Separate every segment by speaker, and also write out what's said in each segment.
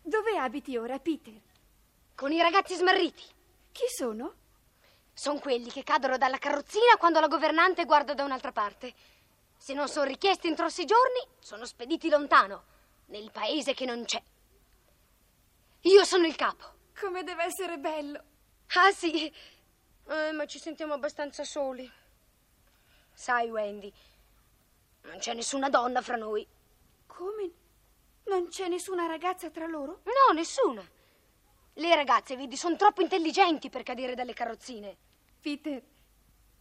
Speaker 1: Dove abiti ora, Peter?
Speaker 2: Con i ragazzi smarriti.
Speaker 1: Chi sono?
Speaker 2: Sono quelli che cadono dalla carrozzina quando la governante guarda da un'altra parte. Se non sono richiesti entro sei giorni, sono spediti lontano, nel paese che non c'è. Io sono il capo.
Speaker 1: Come deve essere bello.
Speaker 2: Ah sì, eh, ma ci sentiamo abbastanza soli. Sai, Wendy, non c'è nessuna donna fra noi.
Speaker 1: Come? Non c'è nessuna ragazza tra loro?
Speaker 2: No, nessuna. Le ragazze, vedi, sono troppo intelligenti per cadere dalle carrozzine.
Speaker 1: Peter,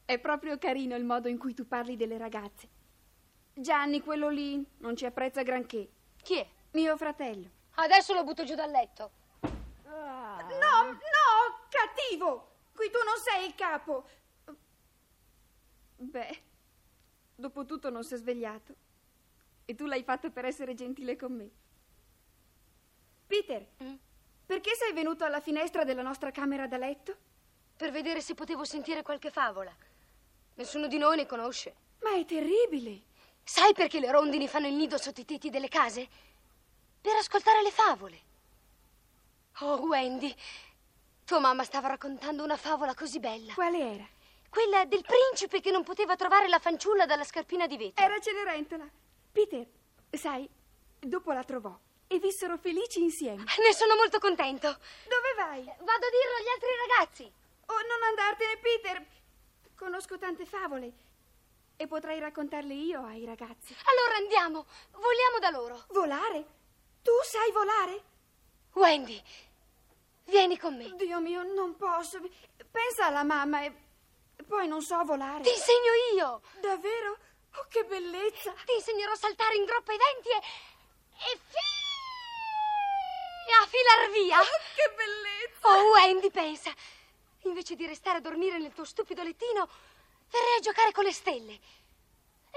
Speaker 1: è proprio carino il modo in cui tu parli delle ragazze. Gianni, quello lì, non ci apprezza granché.
Speaker 2: Chi è?
Speaker 1: Mio fratello.
Speaker 2: Adesso lo butto giù dal letto.
Speaker 1: Ah. No, no, cattivo! Qui tu non sei il capo. Beh, dopo tutto non si è svegliato. E tu l'hai fatto per essere gentile con me. Peter,
Speaker 2: Mm?
Speaker 1: perché sei venuto alla finestra della nostra camera da letto?
Speaker 2: Per vedere se potevo sentire qualche favola. Nessuno di noi ne conosce.
Speaker 1: Ma è terribile.
Speaker 2: Sai perché le rondini fanno il nido sotto i tetti delle case? Per ascoltare le favole. Oh, Wendy, tua mamma stava raccontando una favola così bella.
Speaker 1: Quale era?
Speaker 2: Quella del principe che non poteva trovare la fanciulla dalla scarpina di vetro.
Speaker 1: Era Cenerentola. Peter, sai, dopo la trovò e vissero felici insieme.
Speaker 2: Ne sono molto contento. Vado
Speaker 1: Dove vai?
Speaker 2: a dirlo agli altri ragazzi.
Speaker 1: Oh, non andartene, Peter! Conosco tante favole e potrei raccontarle io ai ragazzi.
Speaker 2: Allora andiamo, voliamo da loro.
Speaker 1: Volare? Tu sai volare?
Speaker 2: Wendy, vieni con me.
Speaker 1: Dio mio, non posso. Pensa alla mamma e e poi non so volare.
Speaker 2: Ti insegno io.
Speaker 1: Davvero? Oh, che bellezza!
Speaker 2: Ti insegnerò a saltare in groppa ai denti e. e fi- a filar via.
Speaker 1: Oh, che bellezza!
Speaker 2: Oh, Wendy, pensa. Invece di restare a dormire nel tuo stupido lettino, verrai a giocare con le stelle.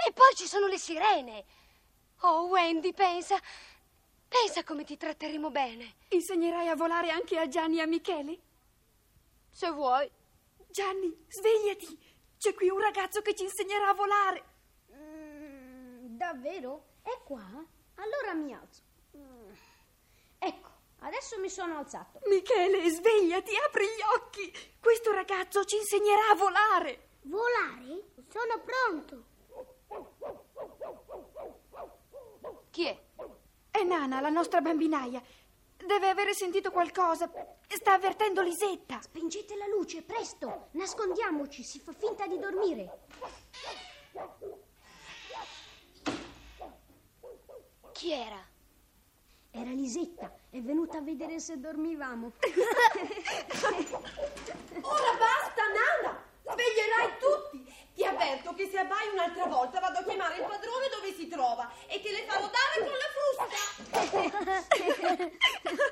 Speaker 2: E poi ci sono le sirene. Oh, Wendy, pensa. Pensa come ti tratteremo bene.
Speaker 1: Insegnerai a volare anche a Gianni e a Michele?
Speaker 2: Se vuoi.
Speaker 1: Gianni, svegliati! C'è qui un ragazzo che ci insegnerà a volare!
Speaker 3: Mm, davvero? È qua? Allora mi alzo. Mm. Ecco, adesso mi sono alzato.
Speaker 1: Michele, svegliati, apri gli occhi! Questo ragazzo ci insegnerà a volare!
Speaker 4: Volare? Sono pronto.
Speaker 2: Chi è?
Speaker 1: È Nana, la nostra bambinaia. Deve avere sentito qualcosa. Sta avvertendo Lisetta.
Speaker 4: Spingete la luce, presto. Nascondiamoci, si fa finta di dormire.
Speaker 2: Chi era?
Speaker 4: Era Lisetta, è venuta a vedere se dormivamo.
Speaker 5: Ora basta, Nana! Sveglierai tutti! Ti avverto che se abbai un'altra volta vado a chiamare il padrone dove si trova e te le farò dare con la frusta!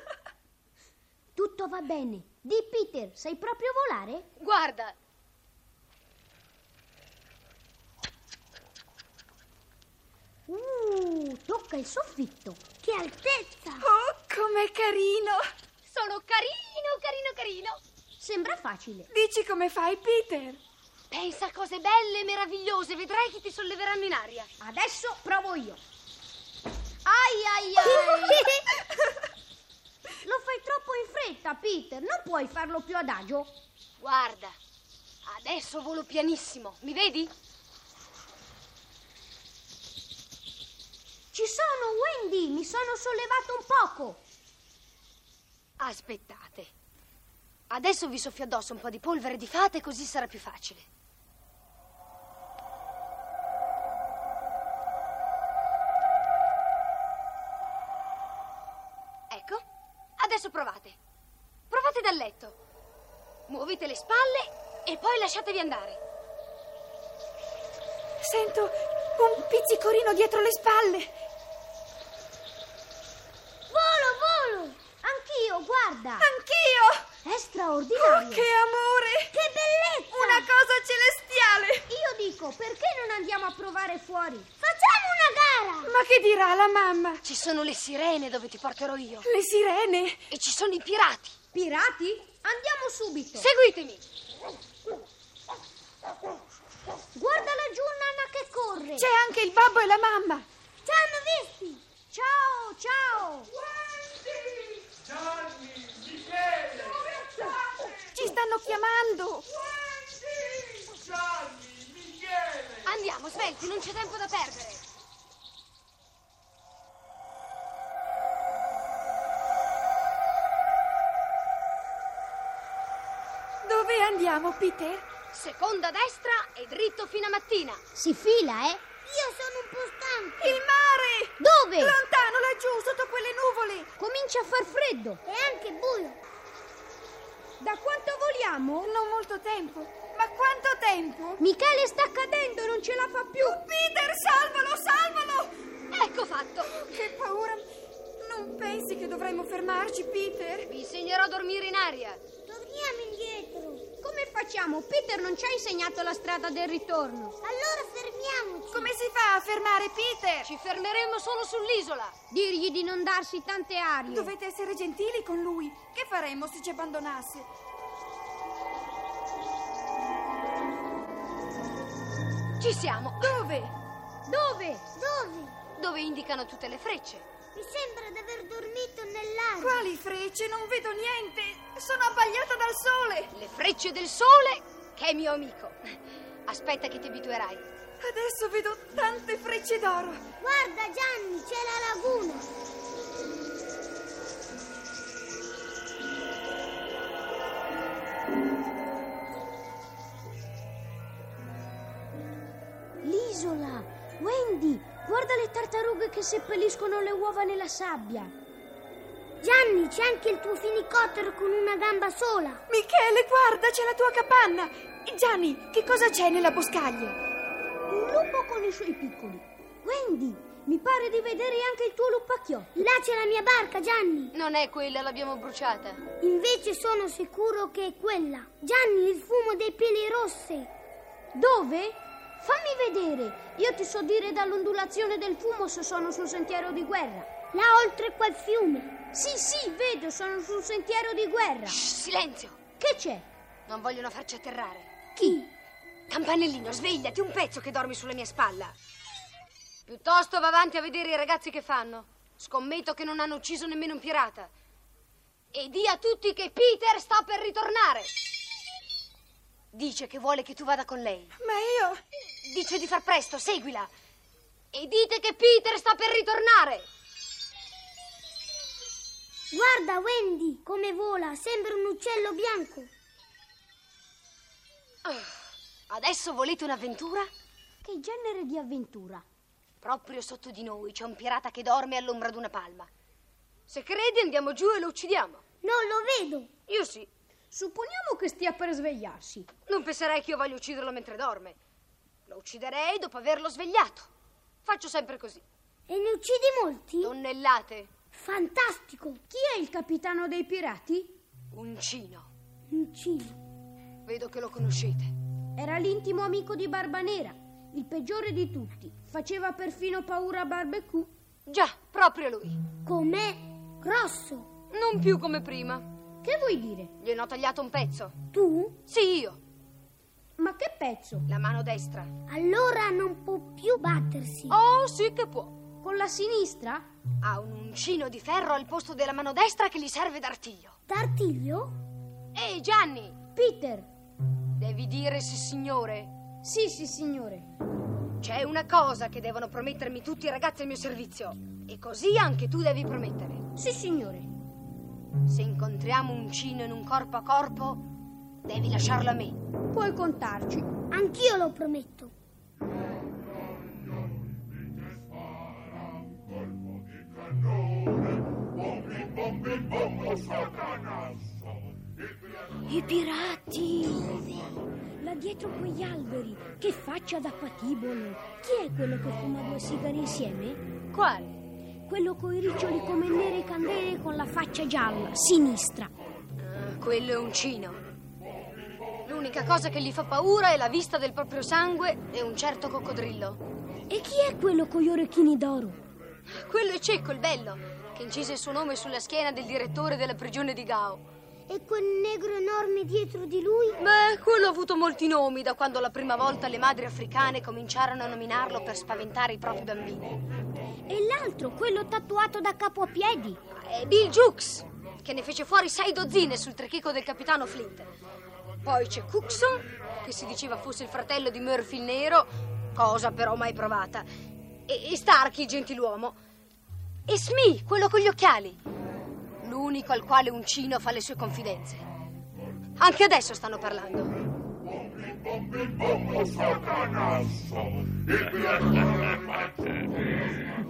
Speaker 4: Tutto va bene. Di Peter, sai proprio volare?
Speaker 2: Guarda.
Speaker 4: Uh, tocca il soffitto. Che altezza!
Speaker 1: Oh, com'è carino!
Speaker 2: Sono carino, carino, carino.
Speaker 4: Sembra facile.
Speaker 1: Dici come fai, Peter?
Speaker 2: Pensa a cose belle e meravigliose, vedrai che ti solleveranno in aria.
Speaker 4: Adesso provo io.
Speaker 3: Ai ai ai!
Speaker 4: Lo fai troppo in fretta, Peter. Non puoi farlo più adagio.
Speaker 2: Guarda, adesso volo pianissimo, mi vedi?
Speaker 4: Ci sono, Wendy. Mi sono sollevato un poco.
Speaker 2: Aspettate. Adesso vi soffio addosso un po' di polvere di fate così sarà più facile. Ecco, adesso provate. Provate dal letto. Muovete le spalle e poi lasciatevi andare.
Speaker 1: Sento un pizzicorino dietro le spalle.
Speaker 4: Volo, volo. Anch'io, guarda.
Speaker 1: Anch'io!
Speaker 4: È
Speaker 1: Oh,
Speaker 4: straordinario.
Speaker 1: che amore!
Speaker 4: Che bellezza!
Speaker 1: Una cosa celestiale!
Speaker 4: Io dico, perché non andiamo a provare fuori? Facciamo una gara!
Speaker 1: Ma che dirà la mamma?
Speaker 2: Ci sono le sirene dove ti porterò io.
Speaker 1: Le sirene?
Speaker 2: E ci sono i pirati.
Speaker 4: Pirati? Andiamo subito!
Speaker 2: Seguitemi.
Speaker 4: Guarda laggiù Nana che corre!
Speaker 1: C'è anche il babbo e la mamma.
Speaker 4: Ci hanno visti! Ciao, ciao!
Speaker 5: Wendy!
Speaker 1: chiamando.
Speaker 6: Gianni, Michele!
Speaker 2: Andiamo, svelti, non c'è tempo da perdere.
Speaker 1: Dove andiamo, Peter?
Speaker 2: Seconda destra e dritto fino a mattina.
Speaker 4: Si fila, eh?
Speaker 3: Io sono un po' stanco.
Speaker 1: Il mare!
Speaker 4: Dove?
Speaker 1: Lontano laggiù, sotto quelle nuvole.
Speaker 4: Comincia a far freddo.
Speaker 3: E anche buio.
Speaker 1: Da quanto voliamo? Non molto tempo. Ma quanto tempo?
Speaker 4: Michele sta cadendo, non ce la fa più.
Speaker 1: Peter, salvalo, salvalo!
Speaker 2: Ecco fatto.
Speaker 1: Che paura! Non pensi che dovremmo fermarci, Peter?
Speaker 2: Vi insegnerò a dormire in aria.
Speaker 3: Torniamo indietro.
Speaker 4: Come facciamo? Peter non ci ha insegnato la strada del ritorno.
Speaker 3: Allora fermiamoci.
Speaker 1: Come si fa a fermare Peter?
Speaker 2: Ci fermeremo solo sull'isola.
Speaker 4: Dirgli di non darsi tante arie.
Speaker 1: Dovete essere gentili con lui. Che faremmo se ci abbandonasse?
Speaker 2: Ci siamo.
Speaker 1: Dove?
Speaker 4: Dove?
Speaker 3: Dove?
Speaker 2: Dove indicano tutte le frecce.
Speaker 3: Mi sembra di aver dormito nell'aria.
Speaker 1: Quali frecce? Non vedo niente. Sono abbagliata dal sole.
Speaker 2: Le frecce del sole, che è mio amico. Aspetta che ti abituerai.
Speaker 1: Adesso vedo tante frecce d'oro.
Speaker 3: Guarda Gianni, c'è la laguna.
Speaker 4: L'isola. Wendy, guarda le tartarughe che seppelliscono le uova nella sabbia.
Speaker 3: Gianni, c'è anche il tuo finicottero con una gamba sola.
Speaker 1: Michele, guarda, c'è la tua capanna. Gianni, che cosa c'è nella boscaglia?
Speaker 4: Un lupo con i suoi piccoli. Wendy, mi pare di vedere anche il tuo lupacchiotto.
Speaker 3: Là c'è la mia barca, Gianni.
Speaker 2: Non è quella, l'abbiamo bruciata.
Speaker 3: Invece sono sicuro che è quella. Gianni, il fumo dei peli rosse.
Speaker 4: Dove? Fammi vedere. Io ti so dire dall'ondulazione del fumo se sono sul sentiero di guerra.
Speaker 3: Là oltre quel fiume.
Speaker 4: Sì, sì, vedo, sono sul sentiero di guerra.
Speaker 2: Shh, silenzio.
Speaker 4: Che c'è?
Speaker 2: Non vogliono farci atterrare.
Speaker 4: Chi?
Speaker 2: Campanellino, svegliati un pezzo che dormi sulla mia spalla. Piuttosto va avanti a vedere i ragazzi che fanno. Scommetto che non hanno ucciso nemmeno un pirata. E di a tutti che Peter sta per ritornare. Dice che vuole che tu vada con lei.
Speaker 1: Ma io...
Speaker 2: Dice di far presto, seguila. E dite che Peter sta per ritornare.
Speaker 3: Guarda Wendy come vola, sembra un uccello bianco.
Speaker 2: Ah, Adesso volete un'avventura?
Speaker 4: Che genere di avventura?
Speaker 2: Proprio sotto di noi c'è un pirata che dorme all'ombra d'una palma. Se credi andiamo giù e lo uccidiamo.
Speaker 3: Non lo vedo.
Speaker 2: Io sì.
Speaker 4: Supponiamo che stia per svegliarsi.
Speaker 2: Non penserai che io voglia ucciderlo mentre dorme. Lo ucciderei dopo averlo svegliato. Faccio sempre così.
Speaker 3: E ne uccidi molti?
Speaker 2: Tonnellate.
Speaker 3: Fantastico.
Speaker 4: Chi è il capitano dei pirati?
Speaker 2: Uncino.
Speaker 3: Uccidi.
Speaker 2: Vedo che lo conoscete.
Speaker 4: Era l'intimo amico di Barbanera, il peggiore di tutti. Faceva perfino paura a Barbecue.
Speaker 2: Già, proprio lui.
Speaker 3: Com'è? Grosso.
Speaker 2: Non più come prima.
Speaker 4: Che vuoi dire?
Speaker 2: Gliene ho tagliato un pezzo.
Speaker 3: Tu?
Speaker 2: Sì, io.
Speaker 4: Ma che pezzo?
Speaker 2: La mano destra.
Speaker 3: Allora non può più battersi.
Speaker 2: Oh, sì che può.
Speaker 4: Con la sinistra?
Speaker 2: Ha un uncino di ferro al posto della mano destra che gli serve d'artiglio.
Speaker 3: Tartiglio?
Speaker 2: Ehi, Gianni!
Speaker 4: Peter.
Speaker 2: Devi dire sì, signore.
Speaker 4: Sì, sì, signore.
Speaker 2: C'è una cosa che devono promettermi tutti i ragazzi al mio servizio. E così anche tu devi promettere.
Speaker 4: Sì, signore.
Speaker 2: Se incontriamo un cino in un corpo a corpo, devi lasciarlo a me.
Speaker 4: Puoi contarci.
Speaker 3: Anch'io lo prometto.
Speaker 4: I pirati! Là dietro quegli alberi, che faccia da patibolo! Chi è quello che fuma due sigari insieme?
Speaker 2: Quale?
Speaker 4: Quello coi riccioli come nere candele con la faccia gialla, sinistra.
Speaker 2: Ah, quello è un cino. L'unica cosa che gli fa paura è la vista del proprio sangue e un certo coccodrillo.
Speaker 4: E chi è quello con gli orecchini d'oro?
Speaker 2: Quello è Cecco, il bello, che incise il suo nome sulla schiena del direttore della prigione di Gao.
Speaker 3: E quel negro enorme dietro di lui?
Speaker 2: Beh, quello ha avuto molti nomi da quando la prima volta le madri africane cominciarono a nominarlo per spaventare i propri bambini.
Speaker 4: E l'altro, quello tatuato da capo a piedi?
Speaker 2: Eh, È Bill Jukes, che ne fece fuori sei dozzine sul trichico del capitano Flint. Poi c'è Cookson, che si diceva fosse il fratello di Murphy il Nero, cosa però mai provata. E, e Starkey, il gentiluomo. E Smee, quello con gli occhiali. L'unico al quale Uncino fa le sue confidenze. Anche adesso stanno parlando.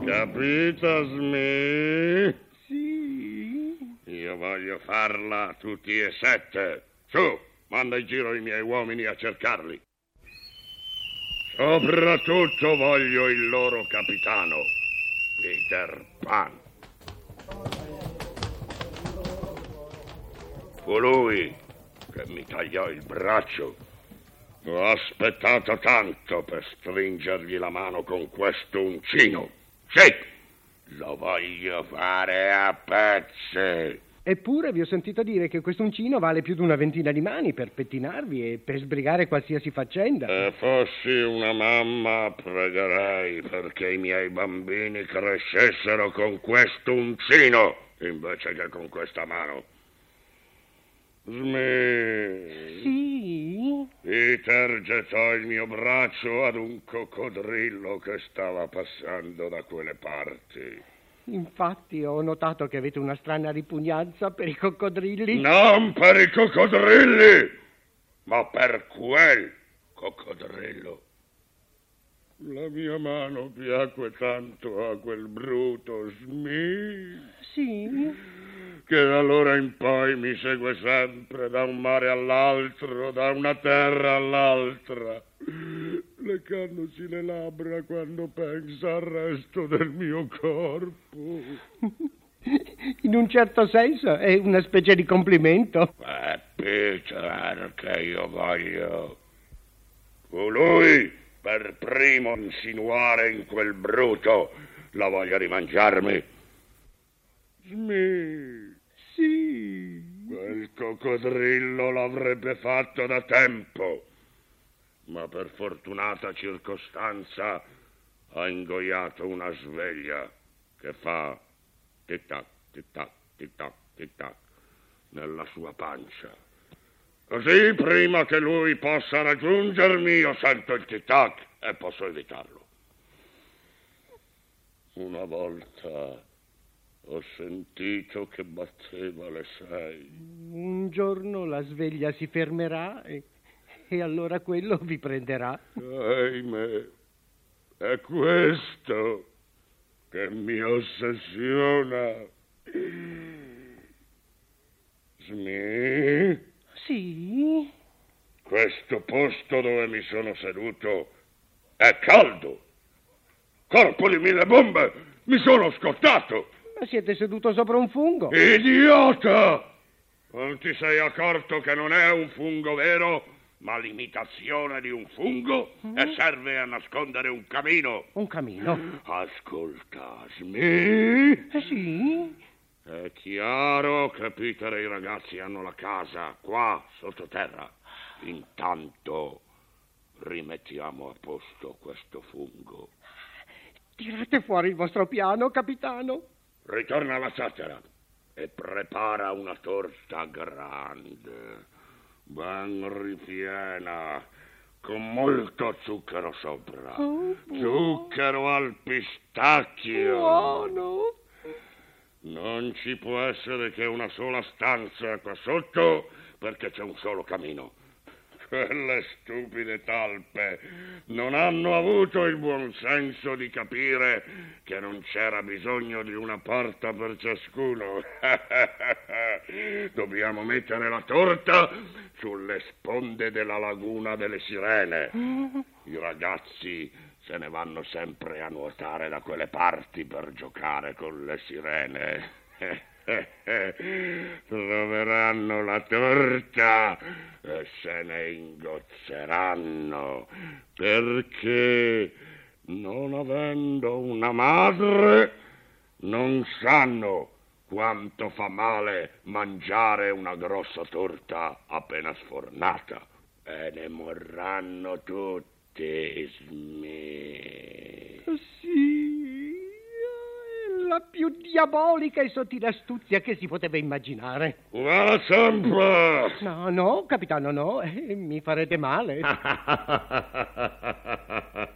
Speaker 6: Capito, Smee? Sì. Io voglio farla tutti e sette. Su, manda in giro i miei uomini a cercarli. Soprattutto voglio il loro capitano, Peter Pan. Fu lui che mi tagliò il braccio. Ho aspettato tanto per stringergli la mano con questo uncino. Sì, lo voglio fare a pezzi.
Speaker 7: Eppure vi ho sentito dire che quest'uncino vale più di una ventina di mani per pettinarvi e per sbrigare qualsiasi faccenda.
Speaker 6: Se fossi una mamma, pregherei perché i miei bambini crescessero con questo uncino invece che con questa mano. Smee.
Speaker 7: Sì?
Speaker 6: Peter gettò il mio braccio ad un coccodrillo che stava passando da quelle parti.
Speaker 7: Infatti ho notato che avete una strana ripugnanza per i coccodrilli.
Speaker 6: Non per i coccodrilli, ma per quel coccodrillo. La mia mano piacque tanto a quel bruto Smee
Speaker 7: Sì?
Speaker 6: che da allora in poi mi segue sempre da un mare all'altro, da una terra all'altra, leccandosi le labbra quando pensa al resto del mio corpo.
Speaker 7: In un certo senso è una specie di complimento.
Speaker 6: È Peter che io voglio. Fu lui per primo a insinuare in quel bruto la voglia di mangiarmi. Smee,
Speaker 7: Sì.
Speaker 6: quel coccodrillo l'avrebbe fatto da tempo, ma per fortunata circostanza ha ingoiato una sveglia che fa tic-tac, tic-tac, tic-tac, tic-tac nella sua pancia. Così prima che lui possa raggiungermi io sento il tic-tac e posso evitarlo. Una volta ho sentito che batteva le sei.
Speaker 7: Un giorno la sveglia si fermerà e, e allora quello vi prenderà.
Speaker 6: Ahimè, è questo che mi ossessiona. Smee?
Speaker 7: Sì?
Speaker 6: Questo posto dove mi sono seduto è caldo. Corpo di mille bombe, mi sono scottato.
Speaker 7: Ma siete seduto sopra un fungo?
Speaker 6: Idiota! Non ti sei accorto che non è un fungo vero, ma l'imitazione di un fungo e serve a nascondere un camino.
Speaker 7: Un camino.
Speaker 6: Ascolta, Smee.
Speaker 7: Eh sì?
Speaker 6: È chiaro che Peter e i ragazzi hanno la casa qua, sottoterra. Intanto rimettiamo a posto questo fungo.
Speaker 7: Tirate fuori il vostro piano, capitano.
Speaker 6: Ritorna alla zattera e prepara una torta grande, ben ripiena, con molto zucchero sopra.
Speaker 7: Oh,
Speaker 6: Zucchero al pistacchio.
Speaker 7: Buono.
Speaker 6: Non ci può essere che una sola stanza qua sotto perché c'è un solo camino. Quelle stupide talpe non hanno avuto il buon senso di capire che non c'era bisogno di una porta per ciascuno. Dobbiamo mettere la torta sulle sponde della laguna delle sirene. I ragazzi se ne vanno sempre a nuotare da quelle parti per giocare con le sirene. Troveranno la torta e se ne ingozzeranno perché non avendo una madre non sanno quanto fa male mangiare una grossa torta appena sfornata. E ne morranno tutti, Smee.
Speaker 7: Sì. eh, la più diabolica e sottile astuzia che si poteva immaginare.
Speaker 6: Una zampa!
Speaker 7: No, no, capitano, no, eh, mi farete male.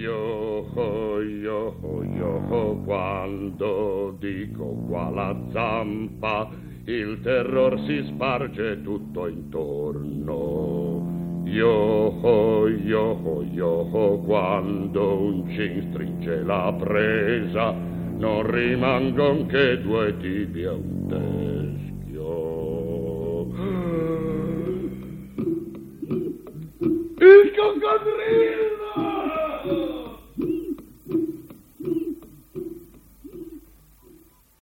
Speaker 6: Io, io, io, quando dico qua la zampa, il terror si sparge tutto intorno. Io, io, io, quando un cin stringe la presa, non rimangon che due tibi a un telo. é um